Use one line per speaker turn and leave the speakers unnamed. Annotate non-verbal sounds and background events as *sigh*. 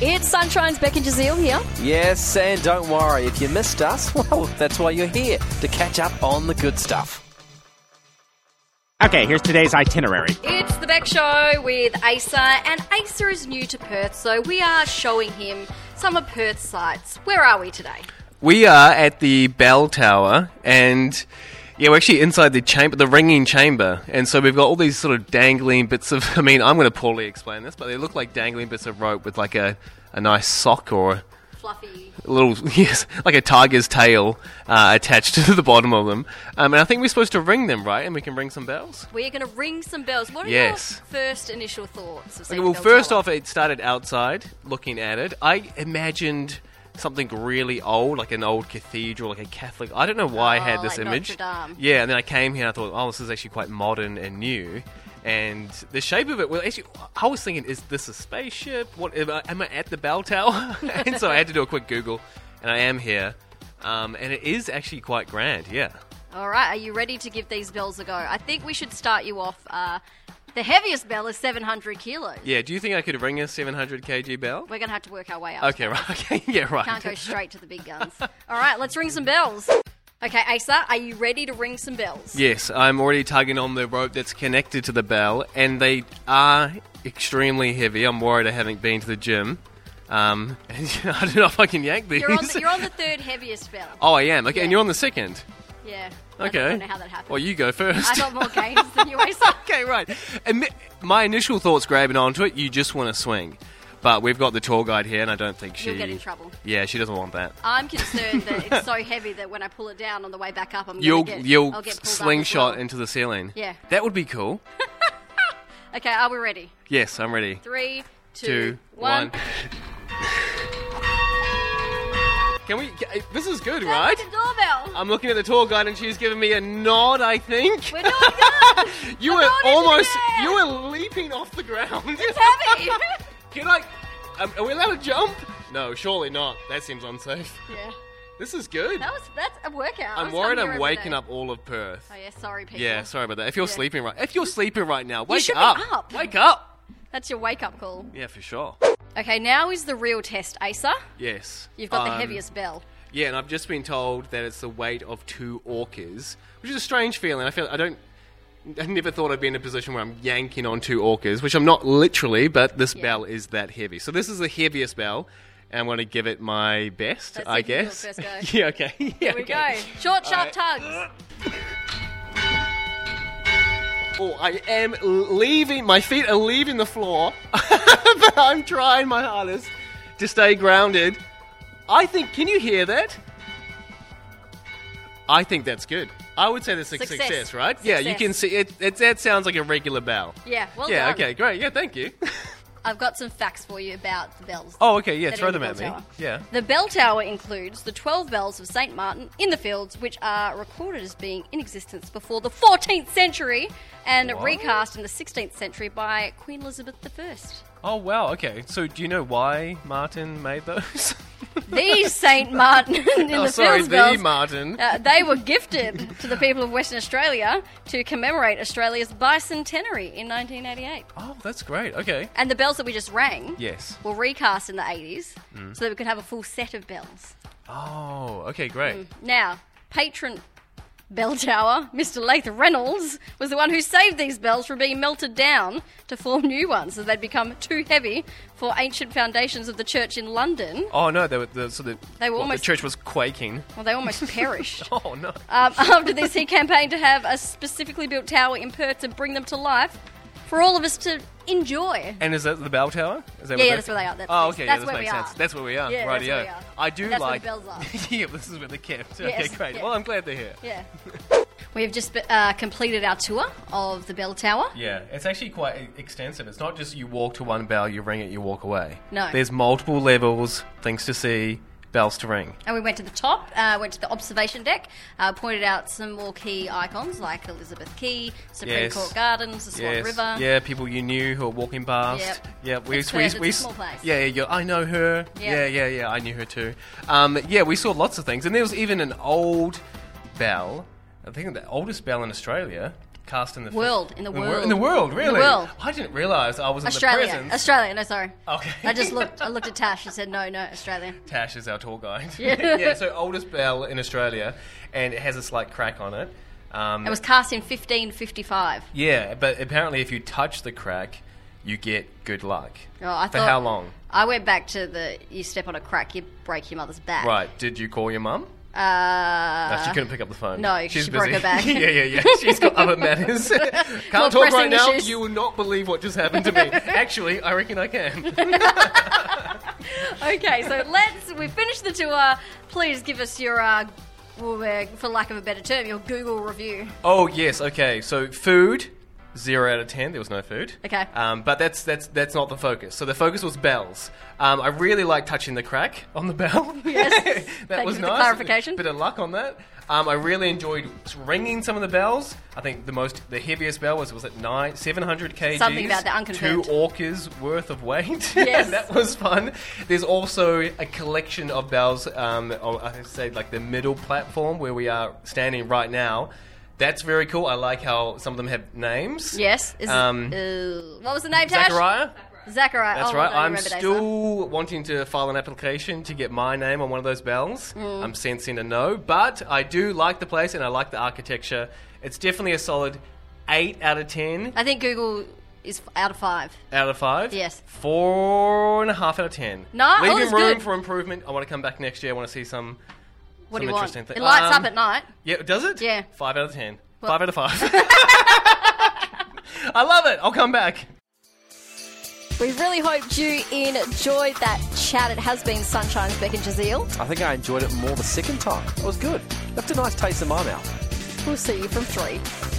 It's Sunshine's Becky Jazeel here.
Yes, and don't worry, if you missed us, *laughs* well, that's why you're here, to catch up on the good stuff.
Okay, here's today's itinerary.
It's the Beck Show with Asa, and Asa is new to Perth, so we are showing him some of Perth's sites. Where are we today?
We are at the bell tower, and yeah, we're actually inside the chamber, the ringing chamber, and so we've got all these sort of dangling bits of. *laughs* I mean, I'm going to poorly explain this, but they look like dangling bits of rope with like a, a nice sock or
Fluffy.
a little *laughs* yes, like a tiger's tail uh, attached *laughs* to the bottom of them. Um, and I think we're supposed to ring them, right? And we can ring some bells.
We're going to ring some bells. What are
Yes.
your first initial thoughts? Of
Okay,
seeing
well,
Bell
first
Tower?
off, it started outside looking at it. I imagined something really old, like an old cathedral, like a Catholic. I don't know why I
Oh,
had this
like
image.
Notre Dame.
Yeah, and then I came here and I thought, oh, this is actually quite modern and new. And the shape of it, well, actually, I was thinking, is this a spaceship? What am I, am I at the bell tower? *laughs* and so I had to do a quick Google, and I am here. Um, and it is actually quite grand, yeah.
All right, are you ready to give these bells a go? I think we should start you off. Uh, the heaviest bell is 700 kilos.
Yeah, do you think I could ring a 700 kg bell?
We're going to have to work our way up.
Okay, *laughs* right. Okay, yeah, right. *laughs*
Can't go straight to the big guns. All right, let's ring some bells. Okay, Asa, are you ready to ring some bells?
Yes, I'm already tugging on the rope that's connected to the bell, and they are extremely heavy. I'm worried I haven't been to the gym. Um, *laughs* and I don't know if I can yank these.
You're on, the, you're on the third heaviest bell.
*laughs* oh, I am. Okay,
Yeah.
and you're on the second.
Yeah.
Okay.
I don't know how that happened.
Well, you go first.
I got more games than you, Asa.
*laughs* okay, right. And mi- my initial thoughts grabbing onto it, you just want to swing. But we've got the tour guide here, and I don't think she.
You'll get in trouble.
Yeah, she doesn't want that.
I'm concerned that it's
*laughs*
so heavy that when I pull it down on the way back up, I'm gonna
You'll
get,
you'll
I'll get pulled up as
slingshot
well.
into the ceiling.
Yeah.
that would be cool.
Okay, are we ready?
Yes, I'm ready.
Three,
Two, one. Can we? ca- eh, This is good,
That
right?
was the doorbell.
I'm looking at the tour guide, and she's giving me a nod. I think *laughs*
We're doing good.
you
I'm
were
going into
almost.
the air.
You were leaping off the ground. *laughs*
Heavy. *laughs*
Can I? Um, are we allowed to jump? No, surely not. That seems unsafe.
yeah.
This is good.
That was that's a workout.
I'm worried I'm waking up all of Perth.
Oh yeah, sorry people.
Yeah, sorry about that. If you're
Yeah.
sleeping right, if you're sleeping right now, wake
should be
up.
up.
Wake up.
That's your wake up call.
Yeah, for sure.
Okay, now is the real test, Asa.
Yes.
You've got the
Um,
heaviest bell.
Yeah, and I've just been told that it's the weight of two orcas, which is a strange feeling. I feel I don't. I never thought I'd be in a position where I'm yanking on two orcas, which I'm not literally, but this
Yeah.
bell is that heavy. So this is the heaviest bell, and I'm going to give it my best,
Let's see
I
if you can do
guess.
it first go.
*laughs* yeah, okay. Yeah,
Here we
okay.
go. Short, sharp
Alright.
tugs.
Oh, I am leaving. My feet are leaving the floor, *laughs* but I'm trying my hardest to stay grounded. I think. Can you hear that? I think that's good. I would say that's a
Success.
success, right? Yeah, you
Success.
can see it, it. That sounds like a regular bell.
Yeah, well
yeah.
done.
Okay. Great. Yeah.
*laughs*
Thank you. *laughs*
I've got some facts for you about the bells.
oh. Okay. Yeah.
that are
Throw
in the
them at me.
bell tower.
Yeah.
The bell tower includes the 12 bells of St. Martin in the Fields, which are recorded as being in existence before the 14th century and
What?
recast in the 16th century by Queen Elizabeth I.
Oh wow. Okay. So do you know why Martin made those? *laughs*
These St. Martin *laughs* in
oh,
the
sorry.
Fields
The
bells.
Martin.
uh, they were gifted *laughs* to the people of Western Australia to commemorate Australia's bicentenary in 1988.
oh, that's great. Okay.
And the bells that we just rang
Yes.
were recast in the 80s so that we could have a full set of bells.
Oh. Okay. Great.
Hmm. Now, patron bell tower, Mr. Lath Reynolds, was the one who saved these bells from being melted down to form new ones, as they'd become too heavy for ancient foundations of the church in London.
Oh no, they were the, so the,
They were
well,
almost-
the church
*laughs*
was quaking.
Well, they almost perished.
Oh no.
Um, *laughs* after this, he campaigned to have a specifically built tower in Perth to bring them to life for all of us to enjoy.
And is that the bell tower? Is that
Yeah,
where
yeah,
that-
that's where they are. That's-
oh, okay,
that's
yeah, this
where we
makes sense.
are.
That's where we are.
Yeah, that's
Rightio.
where we are.
I do
That's where
like.
the bells are.
*laughs* yeah, this is where they kept.
Yes,
okay, great.
yeah.
Well, I'm glad they're here.
Yeah. We have just uh, completed our tour of the bell tower.
Yeah, it's actually quite e- extensive. It's not just you walk to one bell, you ring it, you walk away.
No.
There's multiple levels, things to see, bells to ring.
And we went to the top, uh, went to the observation deck, uh, pointed out some more key icons like Elizabeth Quay, Supreme
Yes.
Court Gardens, the Swan
yes.
River.
Yeah, people you knew who are walking past.
Yep.
Yeah, we,
It's
we,
Perth, it's a
we,
small place.
Yeah, yeah, you I know her.
Yeah.
Yeah, yeah, yeah, I knew her too. Um, yeah, we saw lots of things, and there was even an old bell. I think the oldest bell in Australia. cast in the film?
World, in the
wor-
world.
in the
In
world,
the
really.
world.
I didn't realize I was in the
Australia.
presence.
Australia. No, sorry.
Okay.
I just looked. I looked at Tash and said, "No, no, Australia."
Tash is our tour guide. *laughs*
Yeah.
so oldest bell in Australia, and it has a slight crack on it. Um,
It was cast in 1555.
yeah, but apparently, if you touch the crack, you get good luck.
Oh, I
For
thought-
how long?
I went back to the you step on a crack, you break your mother's back.
Right. Did you call your mum?
Uh,
No, she couldn't pick up the phone.
no,
she's
she
busy.
broke her back.
*laughs* yeah, yeah, yeah. She's got
*laughs*
other matters. Can't
More
talk right
pressing
now.
issues.
You will not believe what just happened to
*laughs*
me. Actually, I reckon I can.
*laughs* okay, so let's we finished the tour. Please give us your, uh, well, uh, for lack of a better term, your Google review.
Oh yes, okay. So food, zero out of ten. There was no food.
Okay.
Um, but that's that's that's not the focus. So the focus was bells. Um, I really like touching the crack on the bell.
*laughs* Yes.
*laughs* that
Thank
was
you for the
nice.
clarification.
Bit of luck on that. Um, I really enjoyed ringing some of the bells. I think the most, the heaviest bell was was it nine, seven hundred kg.
Something about that, unconfirmed.
Two orcas worth of weight. *laughs*
Yes.
that was fun. There's also a collection of bells. Um, on, I say like the middle platform where we are standing right now. That's very cool. I like how some of them have names.
Yes. Is,
Um,
uh, what was the name, Tash?
Zachariah.
Zachariah.
That's
oh, I
right.
don't
I'm
remember days now.
still wanting to file an application to get my name on one of those bells.
Mm.
I'm sensing a no, but I do like the place and I like the architecture. It's definitely a solid eight out of ten.
I think Google is f- out of five.
out of five.
Yes.
Four and a half out of ten.
No, oh,
leaving
that's
room
good.
for improvement. I want to come back next year. I want to see some.
What
Some
do you want?
interesting thing.
It lights
Um,
up at night.
Yeah, does it?
Yeah.
Five out of ten. Five out of five. *laughs* I love it. I'll come back.
We really hoped you enjoyed that chat. It has been Sunshine's Beck and Jazeel.
I think I enjoyed it more the second time. It was good. Left a nice taste in my mouth.
We'll see you from three.